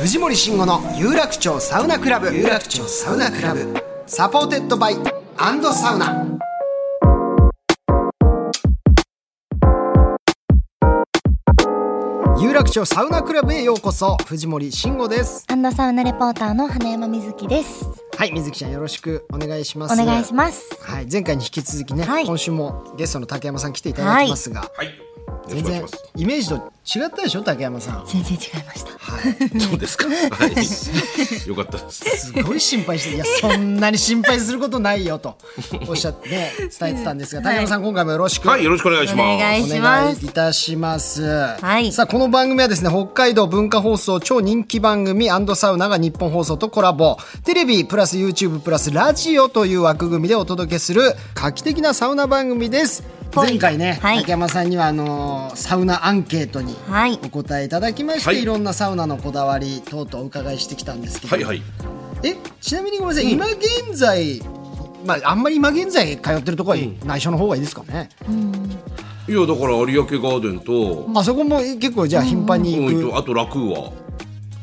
藤森慎吾の有楽町サウナクラブ有楽町サウナクラブサポーテッドバイアンドサウナ有楽町サウナクラブへようこそ藤森慎吾ですアンドサウナレポーターの花山瑞希です。はい水木ちゃんよろしくお願いしまおす願いします。はい前回に引き続きね、はい今週もゲストの竹山さん来ていただいてますが、はい。全然イメージと違ったでしょ竹山さん全然違いました。そうですか。はい。よかったです。すごい心配していやそんなに心配することないよとおっしゃってね伝えてたんですが竹山さん今回もよろしく、はい、よろしくお願いします。お願いお願いいたします。いさあこの番組はですね北海道文化放送超人気番組サウナが日本放送とコラボテレビプラス YouTube プラスラジオという枠組みでお届けする画期的なサウナ番組です。ぽい前回ね、はい竹山さんにはあのーサウナアンケートにはいお答えいただきまして、はいい、ろんなサウナのこだわり等々お伺いしてきたんですけど、はいはい。えちなみにごめんなさい、今現在まああんまり今現在通ってるところは内緒の方がいいですかね、いやだから有明ガーデンと、あそこも結構じゃあ頻繁に行く、うんとあと楽は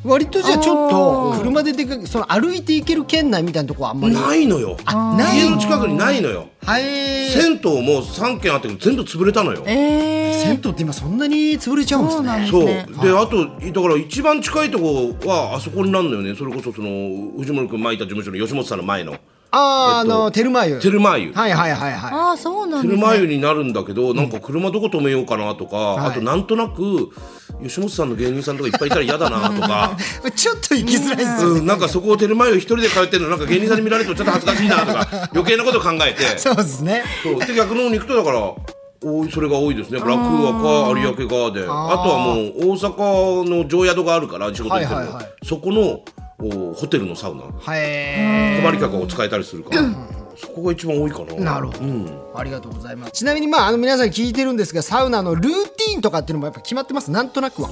割とじゃあちょっと車で出かけその歩いて行ける圏内みたいなとこはあんまりないのよ。あない家の近くにないのよ。はい銭湯も三軒あって全部潰れたのよ。え銭湯って今そんなに潰れちゃうんですそうなねんですそう。でねあとだから一番近いとこはあそこになるのよね。それこそその藤森君前いた事務所の吉本さんの前のあああえっとのテルマユテルマ湯。はいはいはいはああ、そうなんテでルすマ湯ね。になるんだけど、なんか車どこ止めようかなとか、いあとなんとなく吉本さんの芸人さんとかいっぱいいたら嫌だな とか。いちょっと行きづらいですようねん、なんかそこをテルマユ一人で通ってるのなんか芸人さんに見られるとちょっと恥ずかしいなと か余計なこと考えてそうですねそうで逆の方に行くとだからおいそれが多いですね楽和か有明ガーデンあとはもう大阪の常宿があるから仕事行っても、はいはいはいそこのおホテルのサウナはい泊まり客を使えたりするから、そこが一番多いかななるほどうん、ありがとうございますちなみにまああの皆さん聞いてるんですがサウナのルーティーンとかっていうのもやっぱ決まってますなんとなくは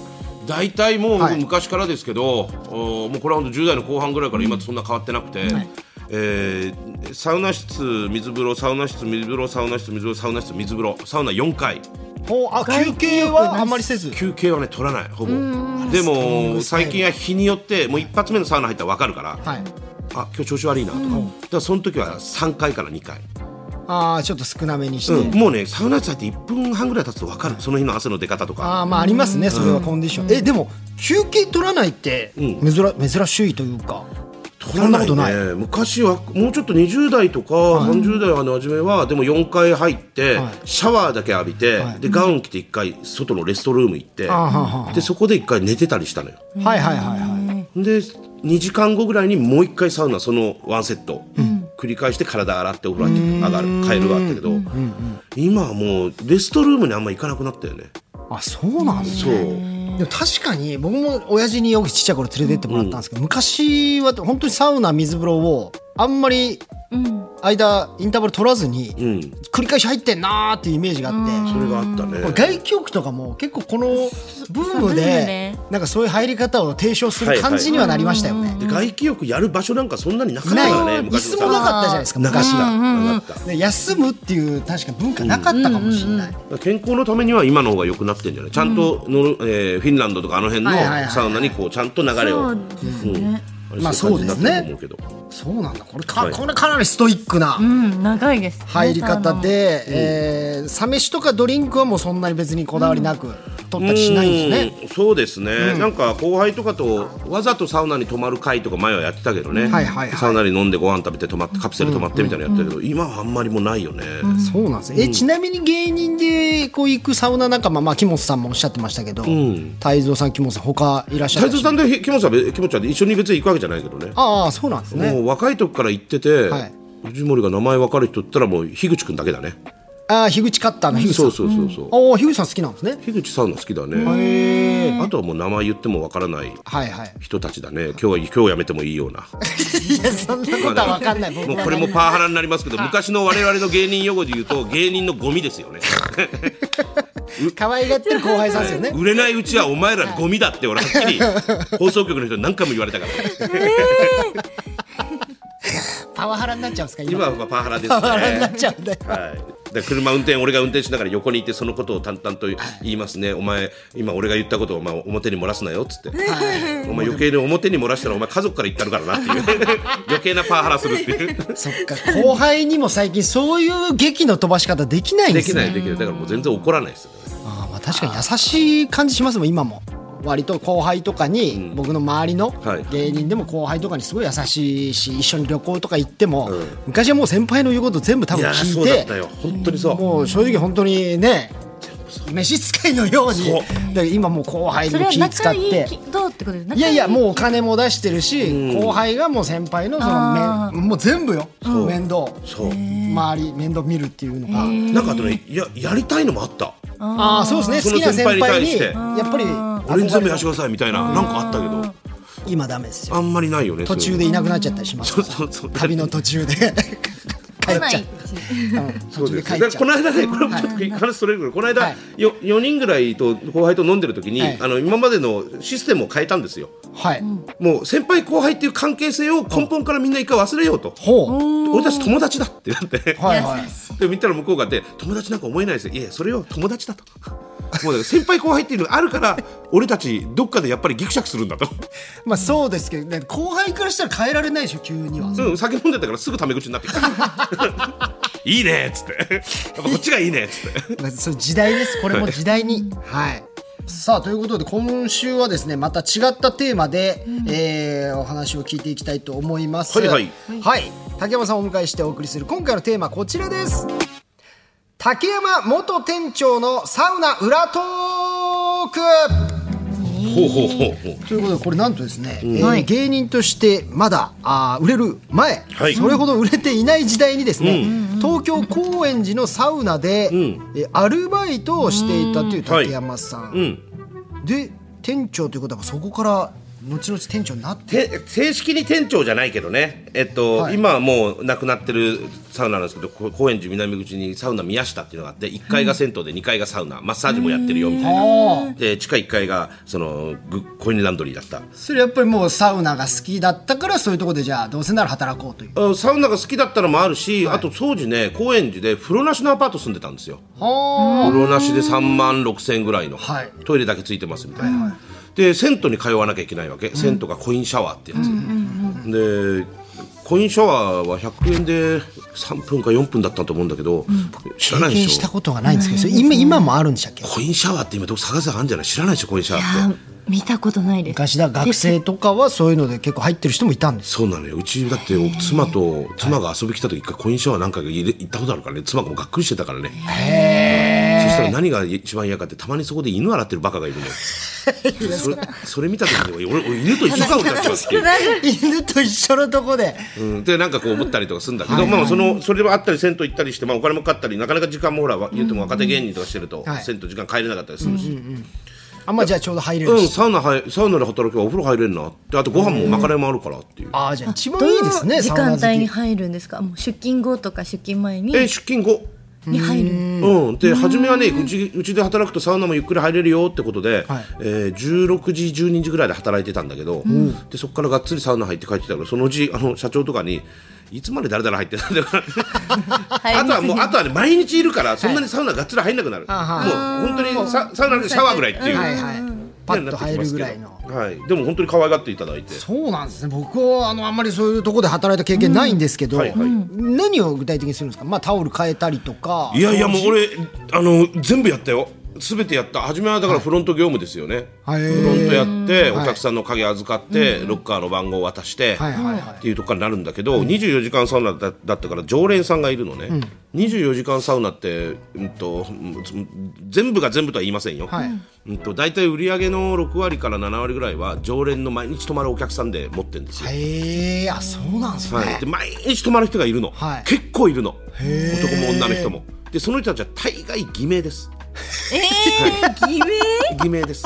大体もうはい僕昔からですけど、おもうこれは本当10代の後半ぐらいから今とそんな変わってなくて、えーサウナ室水風呂サウナ室水風呂サウナ室水風呂サウナ室水風呂サウナ4回ほうあ休憩はあんまりせず休憩はね取らないほぼでも最近は日によってもう一発目のサウナ入ったら分かるから、はいあ今日調子悪いなとか,、だからその時は3回から2回、ああちょっと少なめにして、うんもうねサウナ室入って1分半ぐらい経つと分かるその日の汗の出方とかああまあありますねそれはコンディション、えでも休憩取らないってうん珍,、珍しいというか取らないそんなことね昔はもうちょっと20代とか30代の初めはでも4回入ってはいシャワーだけ浴びてはいでガウン着て1回外のレストルーム行ってあーはーはーでそこで1回寝てたりしたのよはいはいはいはいで2時間後ぐらいにもう1回サウナそのワンセット繰り返して体洗ってお風呂上がる帰るはあったけど今はもうレストルームにあんま行かなくなったよねあそうなんですそうでも確かに僕も親父によくちっちゃい頃連れてってもらったんですけど、昔は本当にサウナ水風呂をあんまり間インターバル取らずに、うん繰り返し入ってんなーっていうイメージがあって、それがあったね外気浴とかも結構このブームブームでねなんかそういう入り方を提唱する感じにはなりましたよね。で外気浴やる場所なんかそんなになかったないからね椅昔子のもなサウナかったじゃないですかなかっ昔たは。なかったで休むっていう確か文化なかったかもしれない、健康のためには今の方が良くなってんじゃないちゃんとの、えーフィンランドとかあの辺のはいはいはいはいサウナにこうちゃんと流れを、そうですうんね。れまあする感じになそうってると思うけどそうなんだこれか、はいこれかなりストイックなうん、長いです。入り方。で、えーサメシとかドリンクはもうそんなに別にこだわりなく、取ったりしないんですね。うんそうですね、なんか後輩とかとわざとサウナに泊まる会とか前はやってたけどはね、いはいはいサウナに飲んでご飯食べて泊まってカプセル泊まってみたいなのやったけど、今はあんまりもうないよね、そうなんですね。え、ちなみに芸人でこう行くサウナ仲間、まあ木本さんもおっしゃってましたけど、泰造さん木本さん他いらっしゃる太蔵さんと木本さんは木本ちゃんで一緒に別に行くわけじゃないけどねああ、そうなんですね。もう若い時から行ってて、はい藤森が名前分かる人って言ったらもう樋口くんだけだねああ、樋口カッターの樋口さん。そうそうそうそう、ああ、樋口さん好きなんですね。樋口サウナ好きだねあとはもう名前言っても分からないはいはい。 人たちだね今日は今日やめてもいいようないや、そんなことはわかんない。僕もうはこれもパワハラになりますけど昔の我々の芸人用語で言うと芸人のゴミですよね可愛がってる後輩さんですよね。売れないうちはお前らゴミだって俺 はっきり放送局の人に何回も言われたからパワハラになっちゃうんですか今。今はパワハラですねパワハラになっちゃうんで。はい、で車運転俺が運転しながら横にいてそのことを淡々と言いますね、お前今俺が言ったことをお前表に漏らすなよっつって、お前余計に表に漏らしたらお前家族から言ったのからなっていう 余計なパワハラするっていうそっか、後輩にも最近そういう劇の飛ばし方できないんでですきね。ないできないだからもう全然怒らないですよねあーまあ確かに優しい感じしますもん今も割と後輩とかに、僕の周りのはい芸人でも後輩とかにすごい優しいし一緒に旅行とか行っても、昔はもう先輩の言うこと全部多い分やー聞いそうだってたよ本当にそうもう正直本当にね飯使いのようにそうだから今もう後輩そにれもは気使仲っいいて。きどうってことです仲いやいやもうおか金も出してるし、後輩がもう先輩のそのあ面もう全部よう面倒そう周り面倒見るっていうのがなんかあとねややりたいのもあったああーそうですねそ好のきな先輩に先輩に対やっぱり俺に全憧れ部のやらせてくださいみたいななんかあったけ今ダメですどよあんまりないよね途中でいなくなっちゃったりしますそかういうのそうそうそうら旅の途中で帰っ 来なちゃいうしうんそ途中でうです帰っだちかゃらこうの間ね、これもちょっと話それるけど、この間、はいよ4人ぐらいと後輩と飲んでる時に、はいあの今までのシステムを変えたんですよ。はいもう先輩後輩っていう関係性を根本からみんな一回忘れようと。ほ俺たち友達だってなって。うはいはいで見たら向こうがで友達なんか思えないですよ。いやそれを友達だと。もうだから先輩後輩っていうのがあるから 俺たちどっかでやっぱりギクシャクするんだと、まあそうですけどね後輩からしたら変えられないでしょ急にはうん、酒飲んでたからすぐタメ口にな ってきたいいねっつってやっぱこっちがいいねっつってまあそう時代ですこれも時代にはいさあということで今週はですねまた違ったテーマで、えーお話を聞いていきたいと思いますはいはいはい竹山さんをお迎えしてお送りする今回のテーマはこちらです竹山元店長のサウナ裏トークほうほうほうほうということでこれなんとですね、えーはい芸人としてまだあー売れる前、はいそれほど売れていない時代にですね、東京高円寺のサウナで、えーアルバイトをしていたという竹山さん、うんで店長ということはそこから後々店長になってて正式に店長じゃないけどね、えっとはい今はもうなくなってるサウナなんですけどこ高円寺南口にサウナ宮下っていうのがあって1階が銭湯で2階がサウナマッサージもやってるよみたいな。ああで地下1階がそのグコインランドリーだったそれやっぱりもうサウナが好きだったからそういうところでじゃあどうせなら働こうというあサウナが好きだったのもあるし、あと当時ね高円寺で風呂なしのアパート住んでたんですよは風呂なしで3万6千円ぐらいの、はいトイレだけついてますみたいな、で銭湯に通わなきゃいけないわけ、銭湯がコインシャワーってやつ、でコインシャワーは100円で3分か4分だったと思うんだけど、知らあな経いで験ししたょことがないんですけどそれ今今もあるんでしたっけコインシャワーって今どこ探せばあるんじゃない知らないでしょコインシャワーってあ見たことないです昔だ学生とかはそういうので結構入ってる人もいたんですそうなのようちだって妻と妻が遊び来た時一回コインシャワーなんか入れ行ったことあるからね妻がもうがっくりしてたからねそしたら何が一番嫌かってたまにそこで犬洗ってるバカがいる のよそれそれ見た時に俺俺犬と一緒か俺たちは っていう 犬と一緒のとこでうん、でなんかこう思ったりとかするんだけど、まあそのそれであったり銭湯行ったりして、まあ、お金もかかったりなかなか時間もほらわ言っても若手芸人とかしてると、はい銭湯時間帰れなかったりするし、うんあんまじゃあちょうど入れるし、サウナ入サウナで働けばお風呂入れるなってあとご飯もまかないもあるからっていう、ああじゃあ一番どいいですねの時間サウナ帯好にき入るんですかもう出勤後とか出勤前にえ出勤後に入るうん、で初めはねうちうちで働くとサウナもゆっくり入れるよってことで、はいえー16時12時ぐらいで働いてたんだけど、でそこからがっつりサウナ入って帰ってきたからそのうちあの社長とかにいつまで誰々入ってた んだよあとはもうあとはね毎日いるからそんなにサウナがっつり入んなくなる、もう本当にササウナでシャワーぐらいっていう、はいはいパッと入るぐらいなっのてきますけどはい、でも本当に可愛がっていただいてそうなんですね僕はあのあんまりそういうとこで働いた経験ないんですけど、はいはい何を具体的にするんですか、まあ、タオル変えたりとかいやいやもう俺あの全部やったよ全てやった初めはだからフロント業務ですよね、はいフロントやってはいお客さんの鍵預かって、ロッカーの番号を渡して、はいはいはいっていうところからなるんだけど、24時間サウナだだったから常連さんがいるのね、24時間サウナって、うんと、うん全部が全部とは言いませんよ、はいうん、と大体売り上げの6割から7割ぐらいは常連の毎日泊まるお客さんで持ってるんですよ、へえあそうなんですはい、ねで毎日泊まる人がいるの、はい結構いるのへー男も女の人もでその人たちは大概偽名ですえー、偽名偽名 です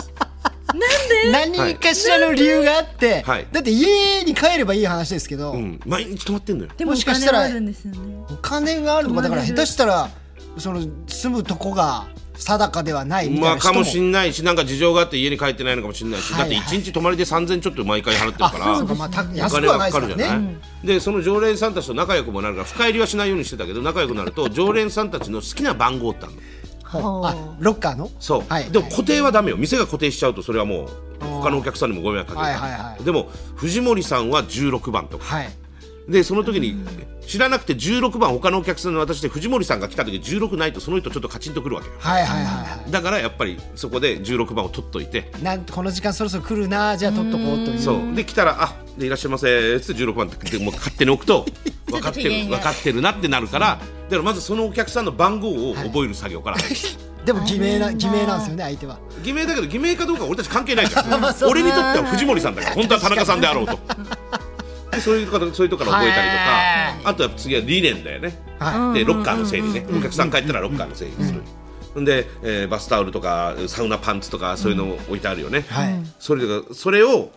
何かしらの理由があってはいだって家に帰ればいい話ですけどうん、毎日泊まってんのよ。でももおしかし金たらはあるんですよねお金があるとかだから下手したらその住むとこが定かではないみたまいあなか人ももしんないし、なんか事情があって家に帰ってないのかもしれないし、はいはいだって一日泊まりで3000ちょっと毎回払ってるあかそら、うかまあたお安く金はがないかでかするかじらゃない、ねでその常連さんたちと仲良くもなるから深入りはしないようにしてたけど仲良くなると常連さんたちの好きな番号ってあるのはいあロッカーのそう、はいでも固定はダメよ店が固定しちゃうとそれはもう他のお客さんにもご迷惑かけるかはら、いはいはいでも藤森さんは16番とかはいでその時に知らなくて16番他のお客さんに渡して藤森さんが来た時16ないとその人ちょっとカチンとくるわけよはいはいはいはだからやっぱりそこで16番を取っといて、いなんこの時間そろそろ来るなじゃあ取っとこうというそうで来たら「あでいらっしゃいませ」っつって16番ってもう勝手に置くと 分かってちょっと機嫌るが分かってるなってなるから、だからまずそのお客さんの番号を覚える作業から入る、でも偽名な偽名なんですよね相手は偽名だけど偽名かどうかは俺たち関係ないか らまあそう俺にとっては藤森さんだから本当は田中さんであろ うと。でそういうとこそういうとこから覚えたりとはかあとは次は理念だよね、はでロッカーの整理ね、お客さん帰ったらロッカーの整理する、んで、えーバスタオルとかサウナパンツとかそういうの置いてあるよね、はいそれとかそれを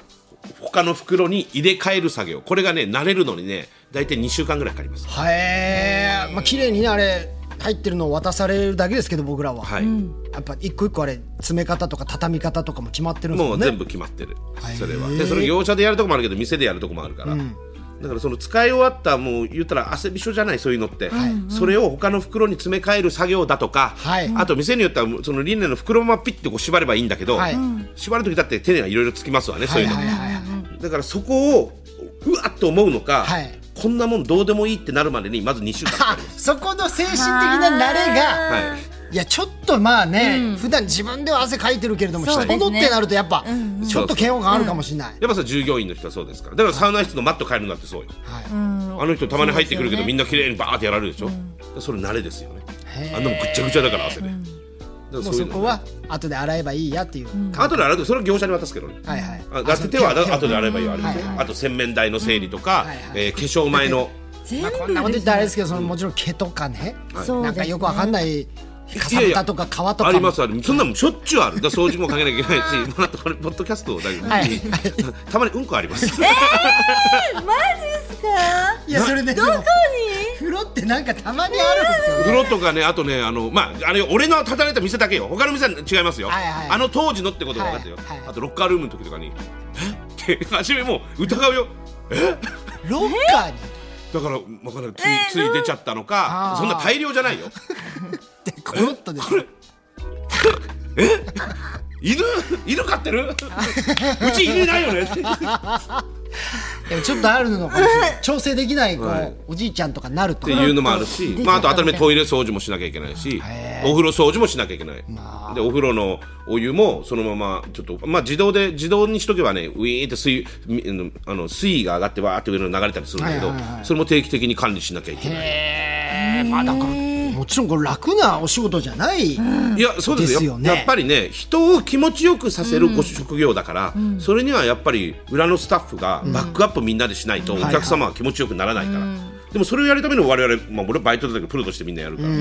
他の袋に入れ替える作業これがね慣れるのにね大体2週間ぐらいかかります、はえまあ綺麗にねあれ入ってるのを渡されるだけですけど僕らははいやっぱ一個一個あれ詰め方とか畳み方とかも決まってるんですもようね全部決まってる、はいそれはへーでそれ業者でやるとこもあるけど店でやるとこもあるから、だからその使い終わったもう言ったら汗びしょじゃないそういうのって、それを他の袋に詰め替える作業だとか、はいあと店によってはそのリネンの袋まピッてこう縛ればいいんだけど、はい縛る時だって手にはいろいろつきますわね、はそういいうの、はいはいはいだからそこをうわっと思うのか、はいこんなもんどうでもいいってなるまでにまず2週間かかあ ります。そこの精神的な慣れがはいやちょっとまあね、普段自分では汗かいてるけれども、そう人ですねのってなるとやっぱ、うんちょっと嫌悪感あるかもしれない、やっぱさ従業員の人はそうですからだからサウナ室のマット変えるんだってそうよはいあの人たまに入ってくるけそうですど、よねみんな綺麗にバーってやられるでしょ、それ慣れですよねへーあんなもんぐっちゃぐちゃだから汗で、だからもういそのこは後で洗えばいいやっていう、後で洗うとそれは業者に渡すけどねはいはいあだって手はあそう後で洗えばいいわあれではいすよはいあと洗面台の整理とはか、いはいえー化粧前の全まあ部こんなこと言ったらあれですけどそのもちろん毛とかね、そうなでんすねかよくわかんないかさぶたとか皮とかもありますありそんなもんしょっちゅうあるだから掃除もかけなきゃいけないし まああとこれポッドキャストだけど、はい たまにうんこあります マジですかいやそれでどこに風呂ってなんかたまにあるんですよね風呂とかねあとねあのまああれ俺の叩かれた店だけよ他の店は違いますよ、はいはいあの当時のってことが分かったよ、はいはいあとロッカールームの時とかにえ って初めもう疑うよロッカーにだから分からないつい,、つい出ちゃったのかあーそんな大量じゃないよってコロッとですね犬犬飼っ てるうち犬いないよねっでもちょっとあるのかもしれ ない調整できないこう、はいおじいちゃんとかなるとていうのもあるし出、ちまあ、ゃっあとた当たり前トイレ掃除もしなきゃいけないしへーお風呂掃除もしなきゃいけない、まあでお風呂のお湯もそのままちょっと、まあ、自動で自動にしとけばねウィーンって水みあのあの水位が上がってわーって上の流れたりするんだけど、はいはいはいそれも定期的に管理しなきゃいけない、えーまあだからもちろんこれ楽なお仕事じゃない、いやそうですよですよねやっぱりね人を気持ちよくさせるご職業だから、それにはやっぱり裏のスタッフがバックアップみんなでしないとお客様は気持ちよくならないから、でもそれをやるための我々、まあ、俺はバイトだけどプロとしてみんなやるから。っ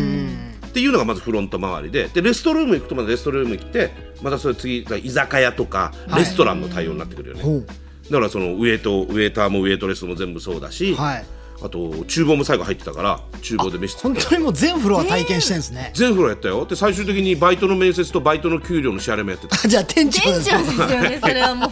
ていうのがまずフロント周りででレストルーム行くとまたレストルーム行ってまたそれ次居酒屋とかレストランの対応になってくるよね、ほうだからそのウェイトウェイターもウェイトレスも全部そうだし、はいあと厨房も最後入ってたから厨房で飯作本って当にもう全フロア体験してるんですね、全フロアやったよで最終的にバイトの面接とバイトの給料の支払いもや ってたじゃあ店長店です長ですよねそれはもう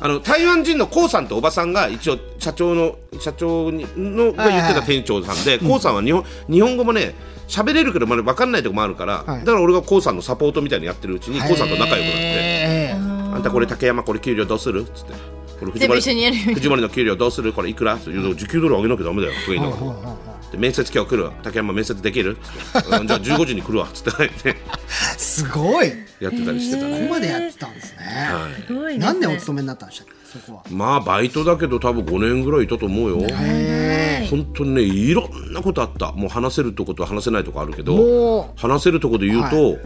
あの台湾人のコウさんとおばさんが一応社長の社長にのが言ってた店長さんでコウ、さんは日本日本語もね喋れるけどまだ分かんないとこもあるから、はいだから俺がコウさんのサポートみたいにやってるうちにコウさんと仲良くなって。えーあんたこれ竹山これ給料どうするっつって。これ藤全部森一緒にやる藤森の給料どうするこれいくらって言うと時給ドル上げなきゃダメだよとか言いながらで面接今日来るわ竹山面接できるつってうんじゃあ15時に来るわつって入って すごいこやってたりしてたこね、までやってたんですね、すごいですね何年お勤めになったんでしたっけそこはまあバイトだけど多分5年ぐらいいたと思うよ、へ本当にねいろんなことあったもう話せるとこと話せないとこあるけもど話せるとこで言うと、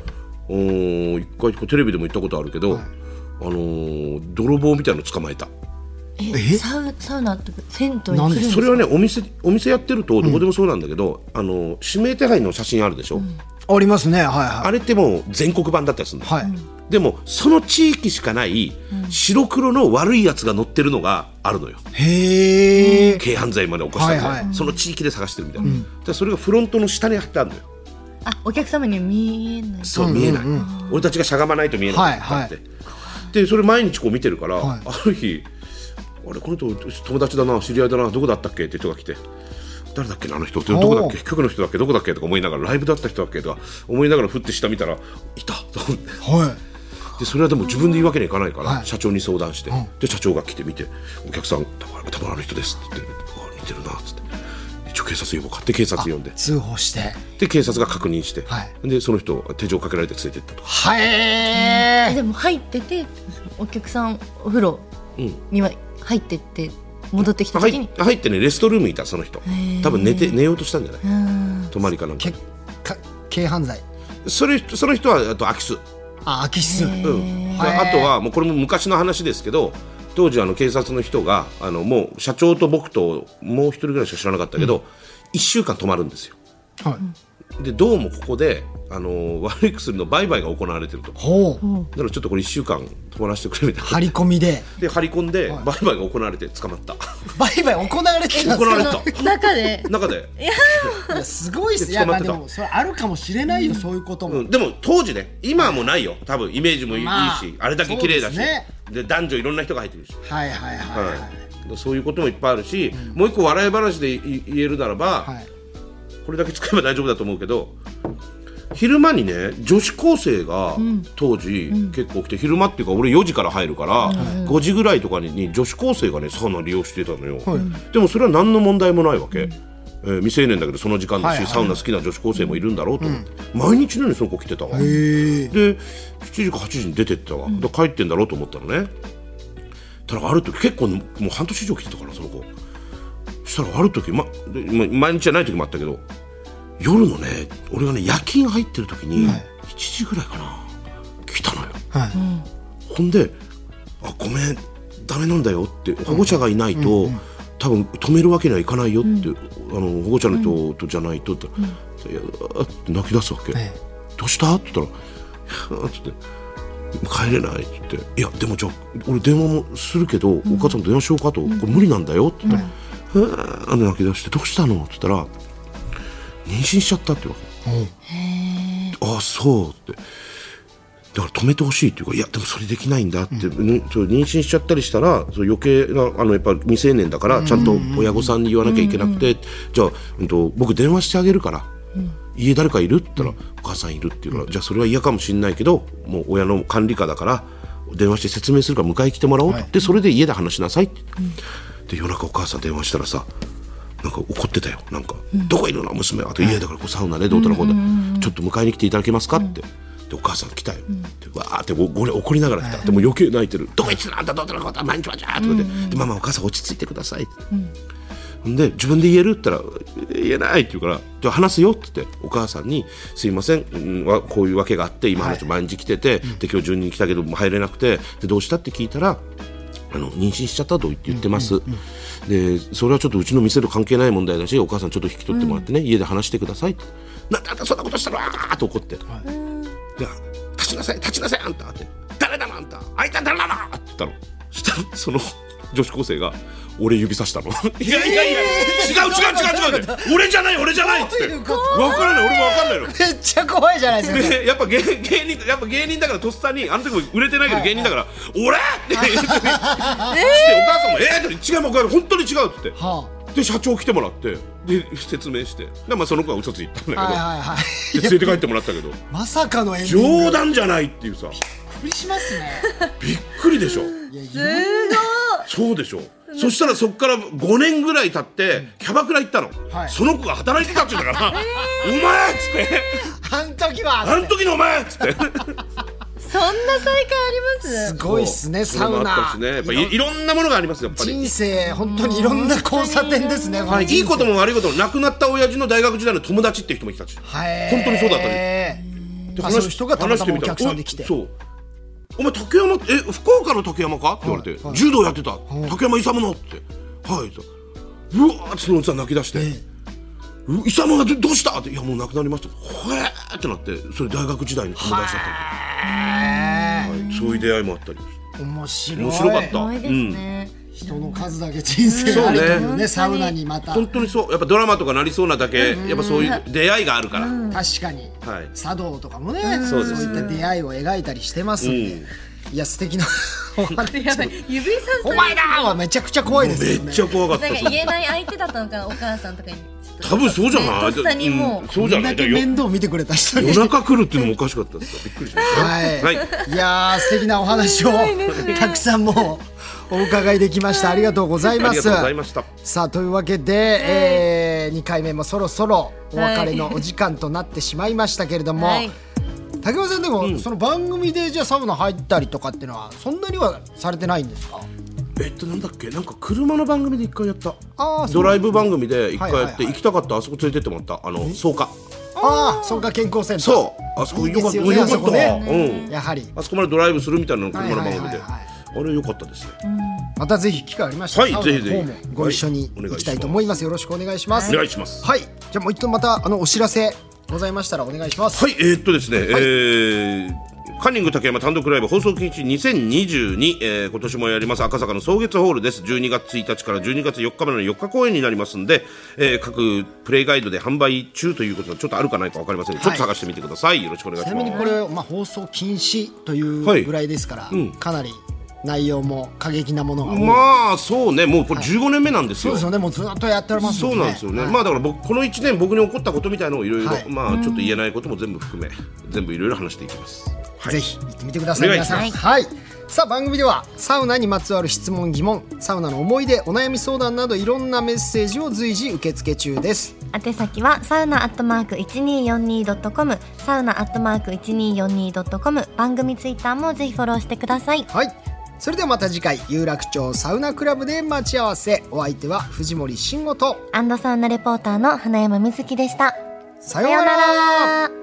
うーん一回こうテレビでも言ったことあるけど、あのー泥棒みたいの捕まえたえサウサウナとか銭湯に来るなんんでですそかれはねお店お店やってるとどこでもそうなんだけど、あのー指名手配の写真あるでしょ、ありますねはいはあれってもう全国版だったりするんだいよはい、でもその地域しかない白黒の悪いやつが乗ってるのがあるのよへえ、軽犯罪まで起こしたの、はいはいその地域で探してるみたいな、でそれがフロントの下に貼ってあるのよあお客様には見えないそう見えない、俺たちがしゃがまないと見えないはいはいって、でそれ毎日こう見てるから、はいある日あれこの人友達だな知り合いだなどこだったっけって人が来て誰だっけなあの人どこだっけ局の人だっけどこだっけとか思いながらライブだった人だっけとか思いながらふって下見たらいたと思ってはでそれはでも自分で言うわけにはいかないから、はい社長に相談して、で社長が来て見てお客さん多分多分あの人ですって言ってあ似てるなっつって一応警察呼ぼうかって警察呼んでい通報してで警察が確認して、はいでその人手錠かけられて連れてったとかはい、えでも入っててお客さんお風呂には入ってって戻ってきた時入にっ、入ってねレストルームにいたその人ー多分寝て寝ようとしたんじゃないうん泊まりかなんかけか軽犯罪それその人はあと空き巣、あ空き室うん、へーあとはもうこれも昔の話ですけど当時あの警察の人があのもう社長と僕ともう一人ぐらいしか知らなかったけど、一1週間泊まるんですよはいでどうもここであの悪い薬の売買が行われてるとだほうからちょっとこれ1週間泊まらせてくれみたいな張り込みでで張り込んで売買が行われて捕まった売買行われてたん行われそたの中で中でですごいっすでいや捕ままっあてでたもそれあるかもしれないよ、そういうことも、うん、でも当時ね今はもうないよ多分イメージもいいし、まああれだけ綺麗だしそうで、ですね男女いろんな人が入ってくるし、はいはいはいはい、はい、そういうこともいっぱいあるし、もう一個笑い話でい言えるならば、はい、これだけ使えば大丈夫だと思うけど昼間にね女子高生が当時結構来て、昼間っていうか俺4時から入るから、5時ぐらいとかにに女子高生がねサウナ利用してたのよ、でもそれは何の問題もないわけ、えー未成年だけどその時間だし、はいはいサウナ好きな女子高生もいるんだろうと思って、毎日のようにその子来てたわ、へえで7時か8時に出てったわ、で帰ってんだろうと思ったのねただある時結構もう半年以上来てたからその子そしたらある時、ま、でま毎日じゃない時もあったけど夜のね俺がね夜勤入ってる時に7時ぐらいかな、来たのよはい、ほんで「あごめんダメなんだよ」って保護者がいないと、多分止めるわけにはいかないよって、あの保護者の人とじゃないとって、いやあって泣き出すわけ、えどうしたって言ったら「いやつって帰れない」って言って「いやでもじゃあ俺電話もするけど、お母さんと電話しようかと、これ無理なんだよ」って言ったら「うーん」泣き出して「どうしたの?」って言ったら「妊娠しちゃった」って言うわけああそう」って。だから止めてほしいっていうかいやでもそれできないんだって、うんそう妊娠しちゃったりしたらそう余計なあのやっぱ未成年だからちゃんと親御さんに言わなきゃいけなくて、じゃあ、うん、と僕電話してあげるから、家誰かいるって言ったら、お母さんいるっていうから、じゃあそれは嫌かもしれないけどもう親の管理下だから電話して説明するから迎えに来てもらおうと、はいでそれで家で話しなさいって、で夜中お母さん電話したらさなんか怒ってたよなんか、どこいるの娘は」と「家だからこうサウナでどうたらこうだ、ちょっと迎えに来ていただけますか?」って。でお母さん来たよ、でわーってごごれ怒りながら来た、でも余計泣いてる「どこ行ってたのあんたどうたらこうだ毎日はじゃあ」とか言って、で「ママお母さん落ち着いてください」って、で自分で言えるって言ったら「言えない」って言うから「じゃあ話すよ」って言ってお母さんに「すいません、うん、わこういうわけがあって今話毎日来てて、で今日12人来たけどもう入れなくてでどうした?」って聞いたら「あの妊娠しちゃったと言って言ってます、でそれはちょっとうちの店と関係ない問題だしお母さんちょっと引き取ってもらってね、家で話してください」って「なんであんたそんなことしたの?」あーっと怒って。で立ちなさい立ちなさいあんたって誰なのあんたあいた誰なのって言ったのそしたらその女子高生が俺指さしたのいやいやいや、違う違う違う違うって俺じゃない俺じゃないっつってどういう分こからない俺も分かんないのめっちゃ怖いじゃないです かでやっぱ芸芸人やっぱ芸人だからとっさにあの時も売れてないけど芸人だから「俺!」って 言ってしてお母さんも「ええ!」って違うもん本当に違うって言ってはで社長来てもらってで説明してで、まあ、その子は嘘ついたんだけど、あはいはいはいで連れて帰ってもらったけどまさかのエンディング冗談じゃないっていうさびっくりしますねびっくりでしょいやいろんなそうでしょそしたらそこから5年ぐらい経ってキャバクラ行ったの、はいその子が働いてたって言うんだから、お前っつってあん時はあの時のお前っつってそんな再会ありますすごいっすねサそうウナそれもあったしねやっぱいいろんなものがありますよやっぱり人生本当にいろんな交差点ですねはい、いいこともも悪いことも亡くなった親父の大学時代の友達っていう人も来たし本当にそうだったねねであそういう人がたまたまお客さんで来て話してみたらおそうお前竹山え福岡の竹山かって言われて、柔道やってた、竹山勇のってはいとうわーってそのおじさん泣き出して、う勇がどどうしたっていやもう亡くなりましたほえーってなってそれ大学時代の友達だったりとか、はい、そういう出会いもあったり面白い面白かったごいですね、人の数だけ人生があるというねサウナにまた本当にそうやっぱドラマとかなりそうなだけ、やっぱそういう出会いがあるから、確かにはい茶道とかもねそうそうですいった出会いを描いたりしてますんでいや素敵な お話やばい指さすお前だーはめちゃくちゃ怖いですめよっねちゃ怖かったなんか言えない相手だったのかなお母さんとかに多分そうじゃない、ねとっさにもううんそうじこゃんなだいけよ面倒見てくれた人に夜中来るっていうのもおかしかったですよびっくりしましたはい、はいい、やー素敵なお話をたくさんもうお伺いできましたありがとうございあまりがすとうございましたさあというわけで、え2回目もそろそろお別れのお時間となってしまいましたけれども、はい竹山さんでも、その番組でじゃあサウナ入ったりとかっていうのはそんなにはされてないんですかえっとなんだっけなんか車の番組で一回やったあーそうドライブ番組で一回やって、はいはいはい行きたかったあそこ連れてってもらったあの草加ああそうか健康センターそうあそこよかったいいですよねよかあそっこたわねうんやはりあそこまでドライブするみたいなの車の番組で、はいはいはいあれ良かったですね、またぜひ機会ありましたらはいサウナのぜひぜひ方もご一緒にはい行きたいと思いますよろしくお願いしますお願いしますはいじゃあもう一度またあのお知らせございましたらお願いしますはい、えーっとですね、えーカンニング竹山単独ライブ放送禁止2022、えー今年もやります赤坂の草月ホールです12月1日から12月4日までの4日公演になりますんで、えー各プレイガイドで販売中ということでちょっとあるかないか分かりませんが、はいちょっと探してみてくださいよろしくお願いちしなみにまこすれ、まあ、放送禁止というはいぐらいですから、かなり内容も過激なものが多い、まあそうねもうこれ15年目なんですそうよ、ですよねもうずっとやっておりますもそうなんですよね、まあだから僕この1年僕に起こったことみたいのをいろいろはいまあちょっと言えないことも全部含め全部いろいろ話していきますはいぜひ行ってみてくださいお願皆いしさますんはいさあ番組ではサウナにまつわる質問疑問サウナの思い出お悩み相談などいろんなメッセージを随時受付中です宛先はサウナアットマーク 1242.com サウナアットマーク 1242.com 番組ツイッターもぜひフォローしてくださいはいそれではまた次回有楽町サウナクラブで待ち合わせお相手は藤森慎吾とアンドサウナレポーターの花山瑞希でしたさようならさようなら